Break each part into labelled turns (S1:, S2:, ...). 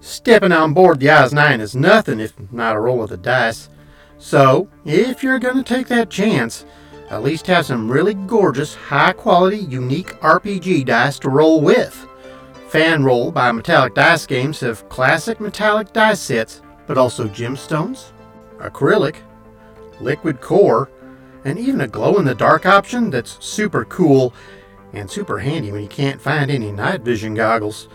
S1: Stepping on board the IS 9 is nothing if not a roll of the dice. So, if you're going to take that chance, at least have some really gorgeous, high quality, unique RPG dice to roll with. Fan Roll by Metallic Dice Games have classic metallic dice sets, but also gemstones, acrylic, liquid core, and even a glow in the dark option that's super cool and super handy when you can't find any night vision goggles.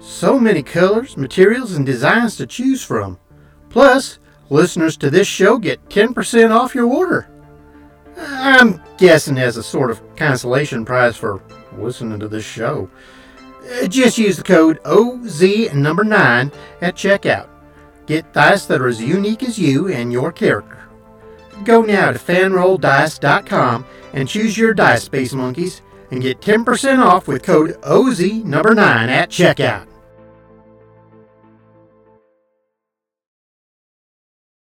S1: So many colors, materials, and designs to choose from. Plus, listeners to this show get 10% off your order. I'm guessing as a sort of consolation prize for listening to this show. Uh, Just use the code OZ and number 9 at checkout. Get dice that are as unique as you and your character. Go now to fanrolldice.com and choose your dice, Space Monkeys, and get 10% off with code OZ number 9 at checkout.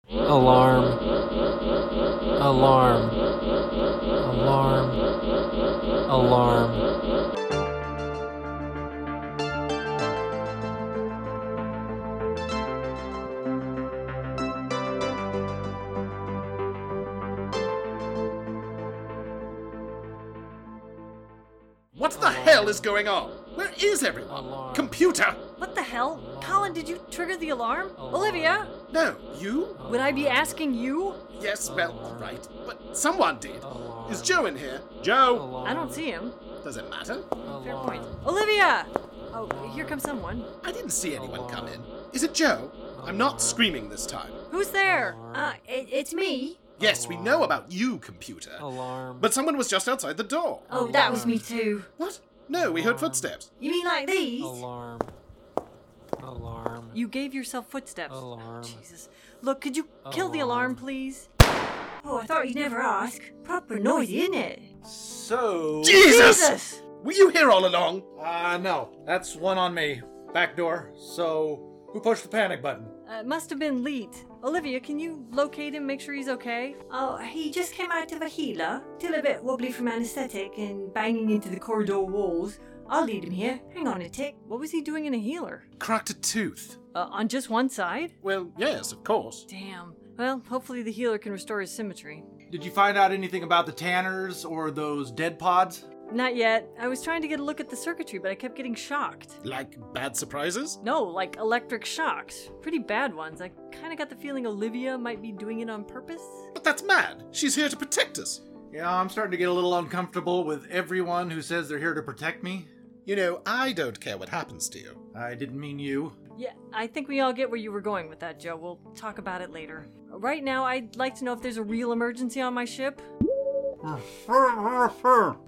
S2: Alarm. Alarm. Alarm. Alarm.
S3: What the hell is going on? Where is everyone? Computer!
S4: What the hell? Colin, did you trigger the alarm? Olivia?
S3: No, you?
S4: Would I be asking you?
S3: Yes, well, all right. But someone did. Is Joe in here? Joe!
S4: I don't see him.
S3: Does it matter?
S4: Fair point. Olivia! Oh, here comes someone.
S3: I didn't see anyone come in. Is it Joe? I'm not screaming this time.
S4: Who's there? Uh, it, it's me.
S3: Yes, we know about you, computer.
S2: Alarm.
S3: But someone was just outside the door.
S4: Oh, that was me too.
S3: What? No, we heard footsteps.
S4: You mean like these?
S2: Alarm. Alarm.
S4: You gave yourself footsteps.
S2: Alarm.
S4: Jesus. Look, could you kill the alarm, please? Oh, I thought you'd never ask. Proper noisy, isn't it?
S5: So.
S3: Jesus! Were you here all along?
S5: Uh, no. That's one on me. Back door. So, who pushed the panic button?
S4: Uh, must have been Leet. Olivia, can you locate him, make sure he's okay? Oh, he just came out of a healer. Still a bit wobbly from anesthetic and banging into the corridor walls. I'll lead him here. Hang on a tick. What was he doing in a healer?
S3: Cracked a tooth.
S4: Uh, on just one side?
S3: Well, yes, of course.
S4: Damn. Well, hopefully the healer can restore his symmetry.
S5: Did you find out anything about the Tanners or those dead pods?
S4: Not yet. I was trying to get a look at the circuitry, but I kept getting shocked.
S3: Like bad surprises?
S4: No, like electric shocks. Pretty bad ones. I kinda got the feeling Olivia might be doing it on purpose.
S3: But that's mad. She's here to protect us.
S5: Yeah, I'm starting to get a little uncomfortable with everyone who says they're here to protect me.
S3: You know, I don't care what happens to you.
S5: I didn't mean you.
S4: Yeah, I think we all get where you were going with that, Joe. We'll talk about it later. Right now, I'd like to know if there's a real emergency on my ship.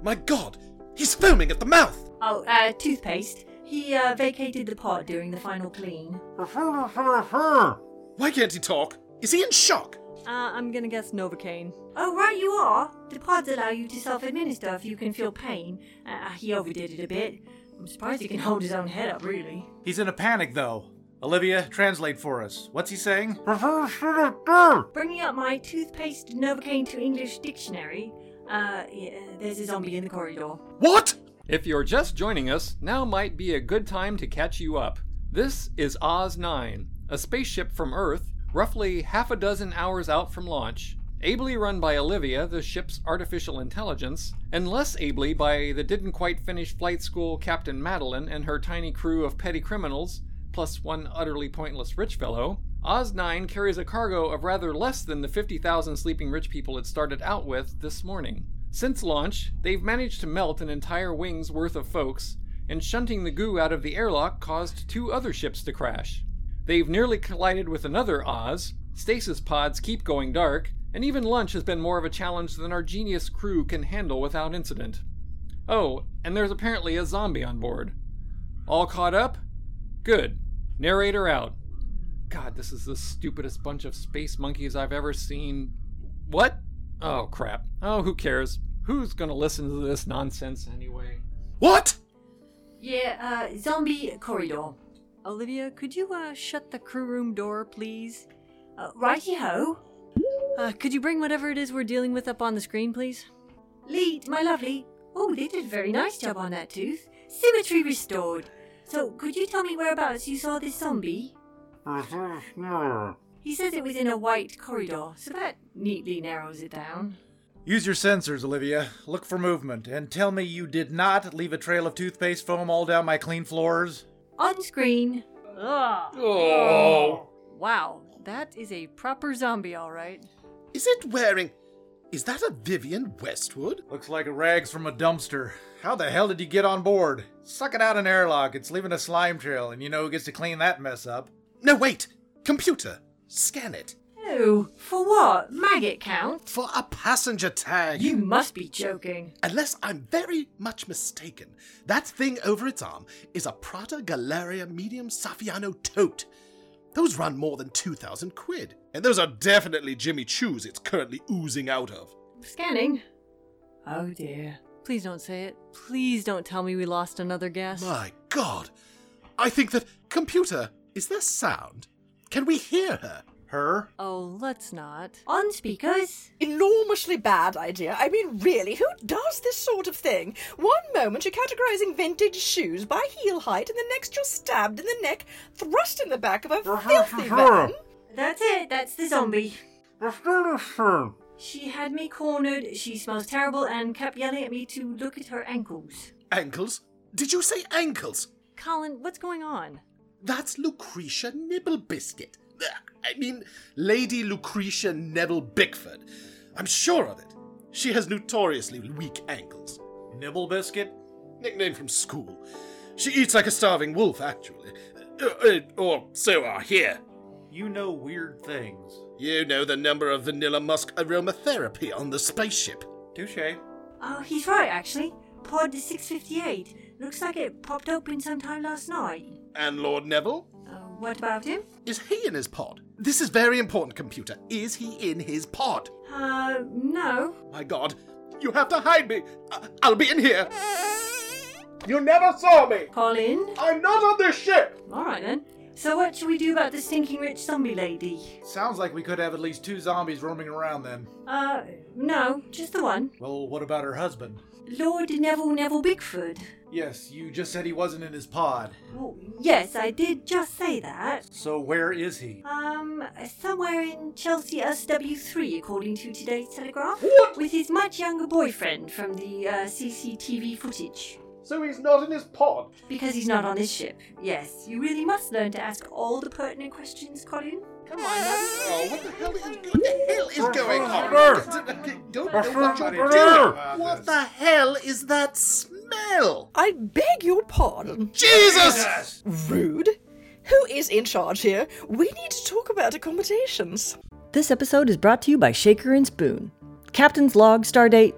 S3: My god, he's foaming at the mouth!
S4: Oh, uh, toothpaste. He uh, vacated the pod during the final clean.
S3: Why can't he talk? Is he in shock?
S4: Uh, I'm gonna guess Novocaine. Oh, right, you are. The pods allow you to self administer if you can feel pain. Uh, he overdid it a bit. I'm surprised he can hold his own head up, really.
S5: He's in a panic, though. Olivia, translate for us. What's he saying?
S4: Bringing up my toothpaste Novocaine to English dictionary, uh, yeah, there's a zombie in the corridor.
S3: What?
S6: If you're just joining us, now might be a good time to catch you up. This is Oz 9, a spaceship from Earth, roughly half a dozen hours out from launch, ably run by Olivia, the ship's artificial intelligence, and less ably by the didn't quite finish flight school Captain Madeline and her tiny crew of petty criminals, plus one utterly pointless rich fellow. Oz 9 carries a cargo of rather less than the 50,000 sleeping rich people it started out with this morning. Since launch, they've managed to melt an entire wing's worth of folks, and shunting the goo out of the airlock caused two other ships to crash. They've nearly collided with another Oz, stasis pods keep going dark, and even lunch has been more of a challenge than our genius crew can handle without incident. Oh, and there's apparently a zombie on board. All caught up? Good. Narrator out. God, this is the stupidest bunch of space monkeys I've ever seen. What? Oh, crap. Oh, who cares? Who's gonna listen to this nonsense anyway?
S3: What?
S4: Yeah, uh, zombie corridor. Olivia, could you uh, shut the crew room door, please? Uh, righty ho. Uh, could you bring whatever it is we're dealing with up on the screen, please? Lead, my lovely. Oh, they did a very nice job on that tooth. Symmetry restored. So, could you tell me whereabouts you saw this zombie?
S1: Uh-huh.
S4: He says it was in a white corridor, so that neatly narrows it down.
S5: Use your sensors, Olivia. Look for movement, and tell me you did not leave a trail of toothpaste foam all down my clean floors.
S4: On screen.
S6: Oh.
S4: Wow, that is a proper zombie, all right.
S3: Is it wearing. Is that a Vivian Westwood?
S5: Looks like rags from a dumpster. How the hell did you get on board? Suck it out an airlock. It's leaving a slime trail, and you know who gets to clean that mess up.
S3: No, wait! Computer! Scan it.
S4: Oh, for what? Maggot count?
S3: For a passenger tag!
S4: You must be joking.
S3: Unless I'm very much mistaken, that thing over its arm is a Prata Galleria Medium Saffiano tote. Those run more than 2,000 quid. And those are definitely Jimmy Choo's it's currently oozing out of.
S4: Scanning. Oh dear. Please don't say it. Please don't tell me we lost another guest.
S3: My god! I think that. Computer, is there sound? Can we hear her?
S5: Her?
S4: Oh, let's not. On speakers.
S7: Enormously bad idea. I mean, really, who does this sort of thing? One moment you're categorizing vintage shoes by heel height, and the next you're stabbed in the neck, thrust in the back of a filthy man.
S4: That's it. That's the zombie. She had me cornered. She smells terrible and kept yelling at me to look at her ankles.
S3: Ankles? Did you say ankles?
S4: Colin, what's going on?
S3: That's Lucretia Nibble Biscuit. I mean, Lady Lucretia Neville Bickford. I'm sure of it. She has notoriously weak ankles.
S5: Nibble biscuit?
S3: Nickname from school. She eats like a starving wolf, actually. Uh, uh, or so I hear.
S5: You know weird things.
S3: You know the number of vanilla musk aromatherapy on the spaceship.
S5: Touche.
S4: Oh, he's right, actually. Pod 658. Looks like it popped open sometime last night.
S3: And Lord Neville?
S4: Uh, what about him?
S3: Is he in his pod? This is very important, computer. Is he in his pod?
S4: Uh, no.
S3: My god, you have to hide me. I- I'll be in here.
S5: You never saw me!
S4: Colin?
S5: I'm not on this ship!
S4: Alright then. So, what should we do about the stinking rich zombie lady?
S5: Sounds like we could have at least two zombies roaming around then.
S4: Uh, no, just the one.
S5: Well, what about her husband?
S4: Lord Neville Neville Bigford.
S5: Yes, you just said he wasn't in his pod.
S4: Well, yes, I did just say that.
S5: So where is he?
S4: Um, somewhere in Chelsea SW3, according to today's Telegraph.
S5: What?
S4: With his much younger boyfriend from the uh, CCTV footage.
S5: So he's not in his pod?
S4: Because he's not on this ship. Yes, you really must learn to ask all the pertinent questions, Colin.
S3: Come on, oh, what the hell is, what the hell is going on? Don't know what you're doing. What the hell is that smell?
S7: I beg your pardon.
S3: Jesus!
S7: Rude. Who is in charge here? We need to talk about accommodations.
S8: This episode is brought to you by Shaker and Spoon. Captain's log, stardate.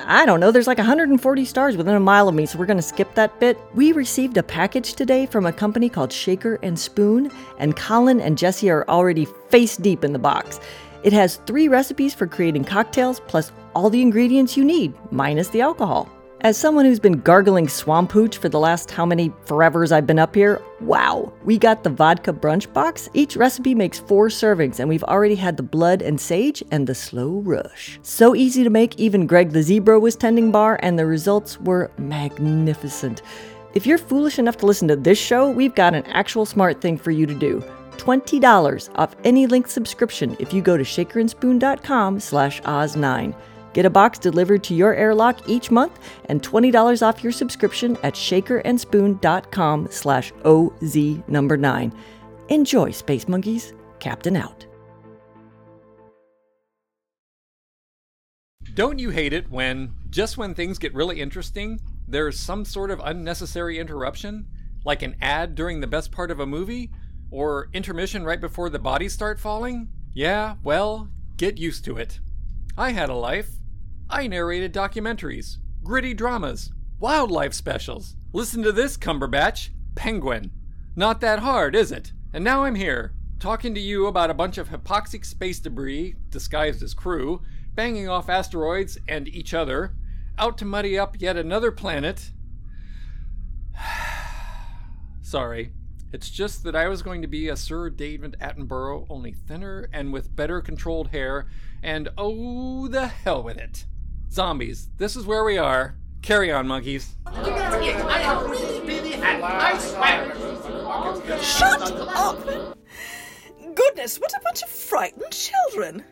S8: I don't know, there's like 140 stars within a mile of me, so we're gonna skip that bit. We received a package today from a company called Shaker and Spoon, and Colin and Jesse are already face deep in the box. It has three recipes for creating cocktails, plus all the ingredients you need, minus the alcohol. As someone who's been gargling swamp hooch for the last how many forevers I've been up here, wow, we got the vodka brunch box. Each recipe makes four servings, and we've already had the blood and sage and the slow rush. So easy to make, even Greg the zebra was tending bar, and the results were magnificent. If you're foolish enough to listen to this show, we've got an actual smart thing for you to do. $20 off any linked subscription if you go to shakerandspoon.com slash oz9. Get a box delivered to your airlock each month and $20 off your subscription at shakerandspoon.com slash OZ number 9. Enjoy, Space Monkeys. Captain out.
S6: Don't you hate it when, just when things get really interesting, there's some sort of unnecessary interruption? Like an ad during the best part of a movie? Or intermission right before the bodies start falling? Yeah, well, get used to it. I had a life. I narrated documentaries, gritty dramas, wildlife specials. Listen to this, Cumberbatch Penguin. Not that hard, is it? And now I'm here, talking to you about a bunch of hypoxic space debris disguised as crew, banging off asteroids and each other, out to muddy up yet another planet. Sorry. It's just that I was going to be a Sir David Attenborough, only thinner and with better controlled hair, and oh, the hell with it. Zombies, this is where we are. Carry on, monkeys.
S7: Shut up! Goodness, what a bunch of frightened children!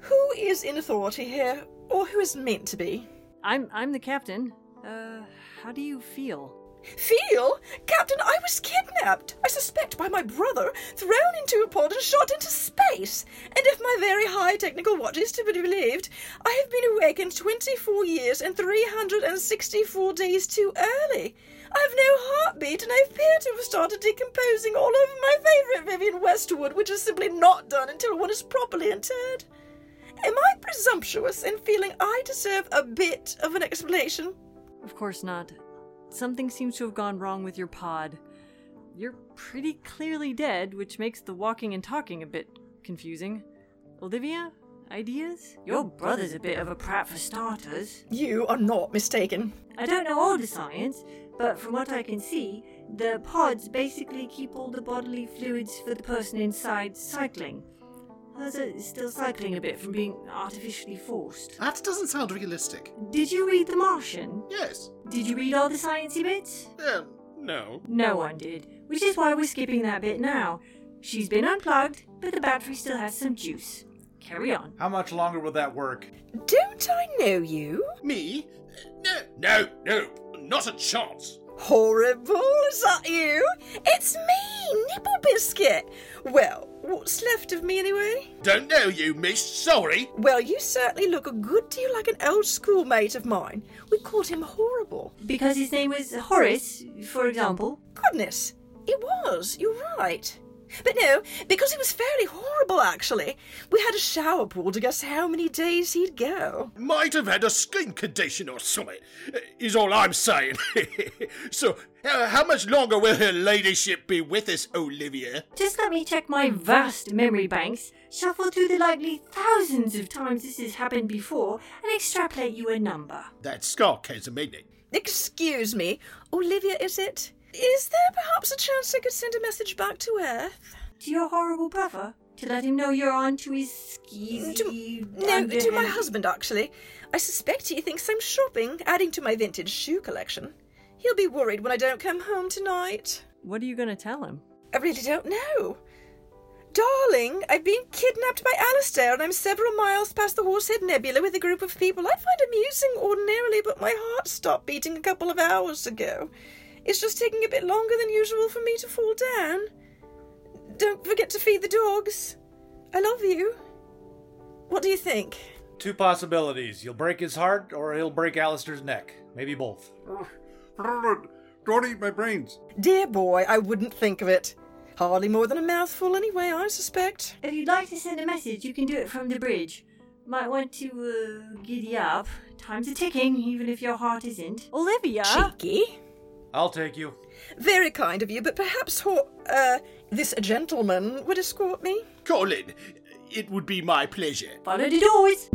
S7: Who is in authority here, or who is meant to be?
S4: I'm I'm the captain. Uh, how do you feel?
S7: Feel? Captain, I was kidnapped, I suspect by my brother, thrown into a pod and shot into space. And if my very high technical watch is to be believed, I have been awakened 24 years and 364 days too early. I've no heartbeat and I appear to have started decomposing all over my favourite Vivian Westwood, which is simply not done until one is properly interred. Am I presumptuous in feeling I deserve a bit of an explanation?
S4: Of course not. Something seems to have gone wrong with your pod. You're pretty clearly dead, which makes the walking and talking a bit confusing. Olivia, ideas? Your brother's a bit of a prat for starters.
S7: You are not mistaken.
S4: I don't know all the science, but from what I can see, the pods basically keep all the bodily fluids for the person inside cycling. Hers are still cycling a bit from being artificially forced.
S3: That doesn't sound realistic.
S4: Did you read The Martian?
S3: Yes.
S4: Did you read all the sciencey bits?
S3: Um, no.
S4: No one did, which is why we're skipping that bit now. She's been unplugged, but the battery still has some juice. Carry on.
S5: How much longer will that work?
S7: Don't I know you?
S3: Me? No, no, no. Not a chance.
S7: Horrible, is that you? It's me, Nipple Biscuit. Well, what's left of me anyway?
S3: Don't know you, miss. Sorry.
S7: Well, you certainly look a good deal like an old schoolmate of mine. We called him Horrible.
S4: Because his name was Horace, for example.
S7: Goodness, it was, you're right. But no, because it was fairly horrible actually. We had a shower pool to guess how many days he'd go.
S3: Might have had a skin condition or something, is all I'm saying. so, uh, how much longer will her ladyship be with us, Olivia?
S4: Just let me check my vast memory banks, shuffle through the likely thousands of times this has happened before, and extrapolate you a number.
S3: That's sarcasm, isn't it?
S7: Excuse me, Olivia, is it? Is there perhaps a chance I could send a message back to Earth?
S4: To your horrible brother? To let him know you're on to his skeezy...
S7: To, no, to my
S4: underhand-
S7: husband, actually. I suspect he thinks I'm shopping, adding to my vintage shoe collection. He'll be worried when I don't come home tonight.
S4: What are you going to tell him?
S7: I really don't know. Darling, I've been kidnapped by Alistair and I'm several miles past the Horsehead Nebula with a group of people I find amusing ordinarily, but my heart stopped beating a couple of hours ago. It's just taking a bit longer than usual for me to fall down. Don't forget to feed the dogs. I love you. What do you think?
S5: Two possibilities. You'll break his heart, or he'll break Alistair's neck. Maybe both.
S9: Don't eat my brains.
S7: Dear boy, I wouldn't think of it. Hardly more than a mouthful, anyway, I suspect.
S4: If you'd like to send a message, you can do it from the bridge. Might want to uh, giddy up. Time's a ticking, even if your heart isn't. Olivia!
S7: Cheeky.
S5: I'll take you.
S7: Very kind of you, but perhaps ho- uh, this gentleman would escort me?
S3: Colin, it would be my pleasure.
S4: Follow the doors!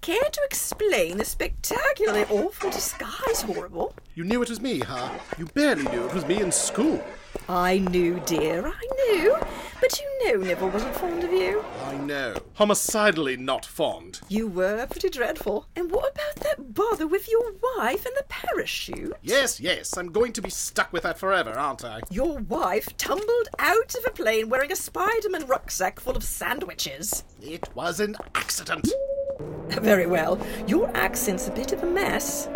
S7: Care to explain the spectacularly awful disguise, Horrible?
S3: You knew it was me, huh? You barely knew it was me in school.
S7: I knew, dear, I knew. But you know Nibble wasn't fond of you.
S3: I know. Homicidally not fond.
S7: You were pretty dreadful. And what about that bother with your wife and the parachute?
S3: Yes, yes, I'm going to be stuck with that forever, aren't I?
S7: Your wife tumbled out of a plane wearing a Spider-Man rucksack full of sandwiches.
S3: It was an accident.
S7: Very well. Your accent's a bit of a mess.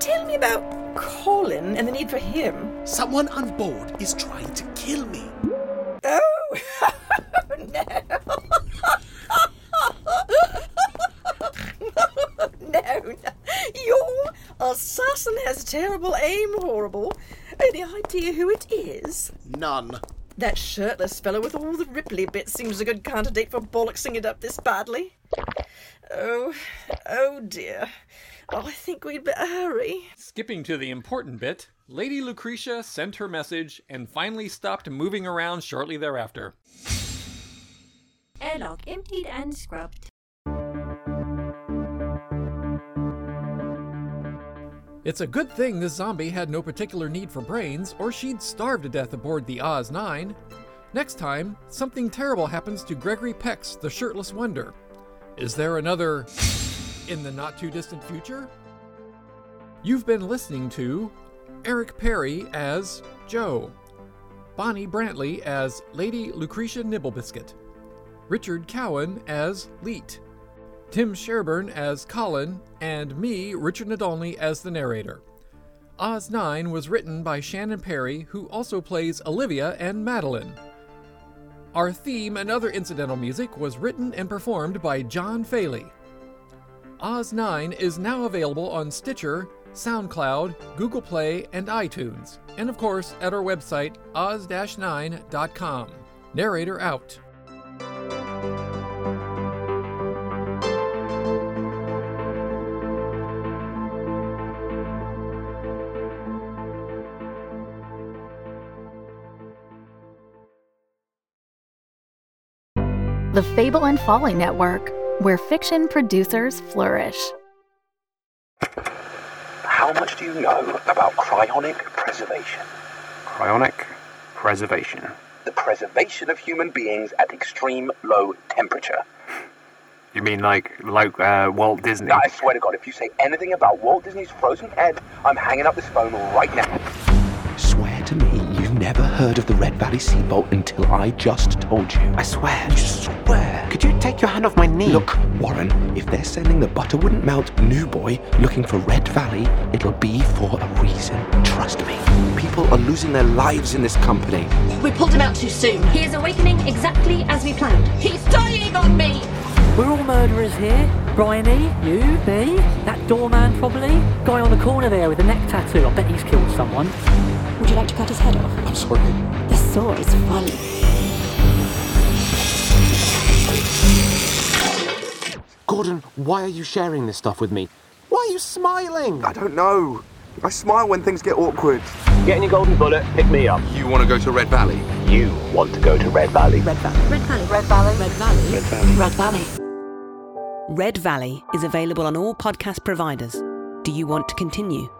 S7: Tell me about Colin and the need for him.
S3: Someone on board is trying to kill me.
S7: Oh, no. no, no. Your assassin has terrible aim, horrible. Any idea who it is?
S3: None.
S7: That shirtless fellow with all the ripply bits seems a good candidate for bollocksing it up this badly. Oh, oh dear. Oh, I think we'd better hurry.
S6: Skipping to the important bit, Lady Lucretia sent her message and finally stopped moving around shortly thereafter.
S4: Airlock emptied and scrubbed.
S6: It's a good thing this zombie had no particular need for brains, or she'd starve to death aboard the Oz 9. Next time, something terrible happens to Gregory Peck's The Shirtless Wonder. Is there another in the not too distant future? You've been listening to Eric Perry as Joe, Bonnie Brantley as Lady Lucretia Nibblebiscuit, Richard Cowan as Leet. Tim Sherburne as Colin, and me, Richard Nadolny, as the narrator. Oz 9 was written by Shannon Perry, who also plays Olivia and Madeline. Our theme and other incidental music was written and performed by John Faley. Oz 9 is now available on Stitcher, SoundCloud, Google Play, and iTunes, and of course at our website, oz-9.com. Narrator out.
S10: The Fable and Folly Network, where fiction producers flourish.
S11: How much do you know about cryonic preservation?
S12: Cryonic preservation.
S11: The preservation of human beings at extreme low temperature.
S12: You mean like like uh, Walt Disney?
S11: I swear to God, if you say anything about Walt Disney's frozen head, I'm hanging up this phone right now.
S13: Swear to me you've never heard of the Red Valley Seabolt until I just told you. I swear. You swear. Could you take your hand off my knee? Look, Warren, if they're sending the butter wouldn't melt new boy looking for Red Valley, it'll be for a reason. Trust me. People are losing their lives in this company.
S14: We pulled him out too soon. He is awakening exactly as we planned. He's dying on me!
S15: We're all murderers here. Brian E, you, me, that doorman probably, guy on the corner there with the neck tattoo. I bet he's killed someone.
S16: Would you like to cut his head off?
S13: I'm sorry.
S16: The saw is funny.
S13: Gordon, why are you sharing this stuff with me? Why are you smiling?
S11: I don't know. I smile when things get awkward.
S13: Get in your golden bullet, pick me up.
S11: You want to go to Red Valley? You want to go to Red Valley. Red Valley.
S16: Red Valley. Red Valley. Red Valley. Red Valley. Red Valley.
S17: Red Valley is available on all podcast providers. Do you want to continue?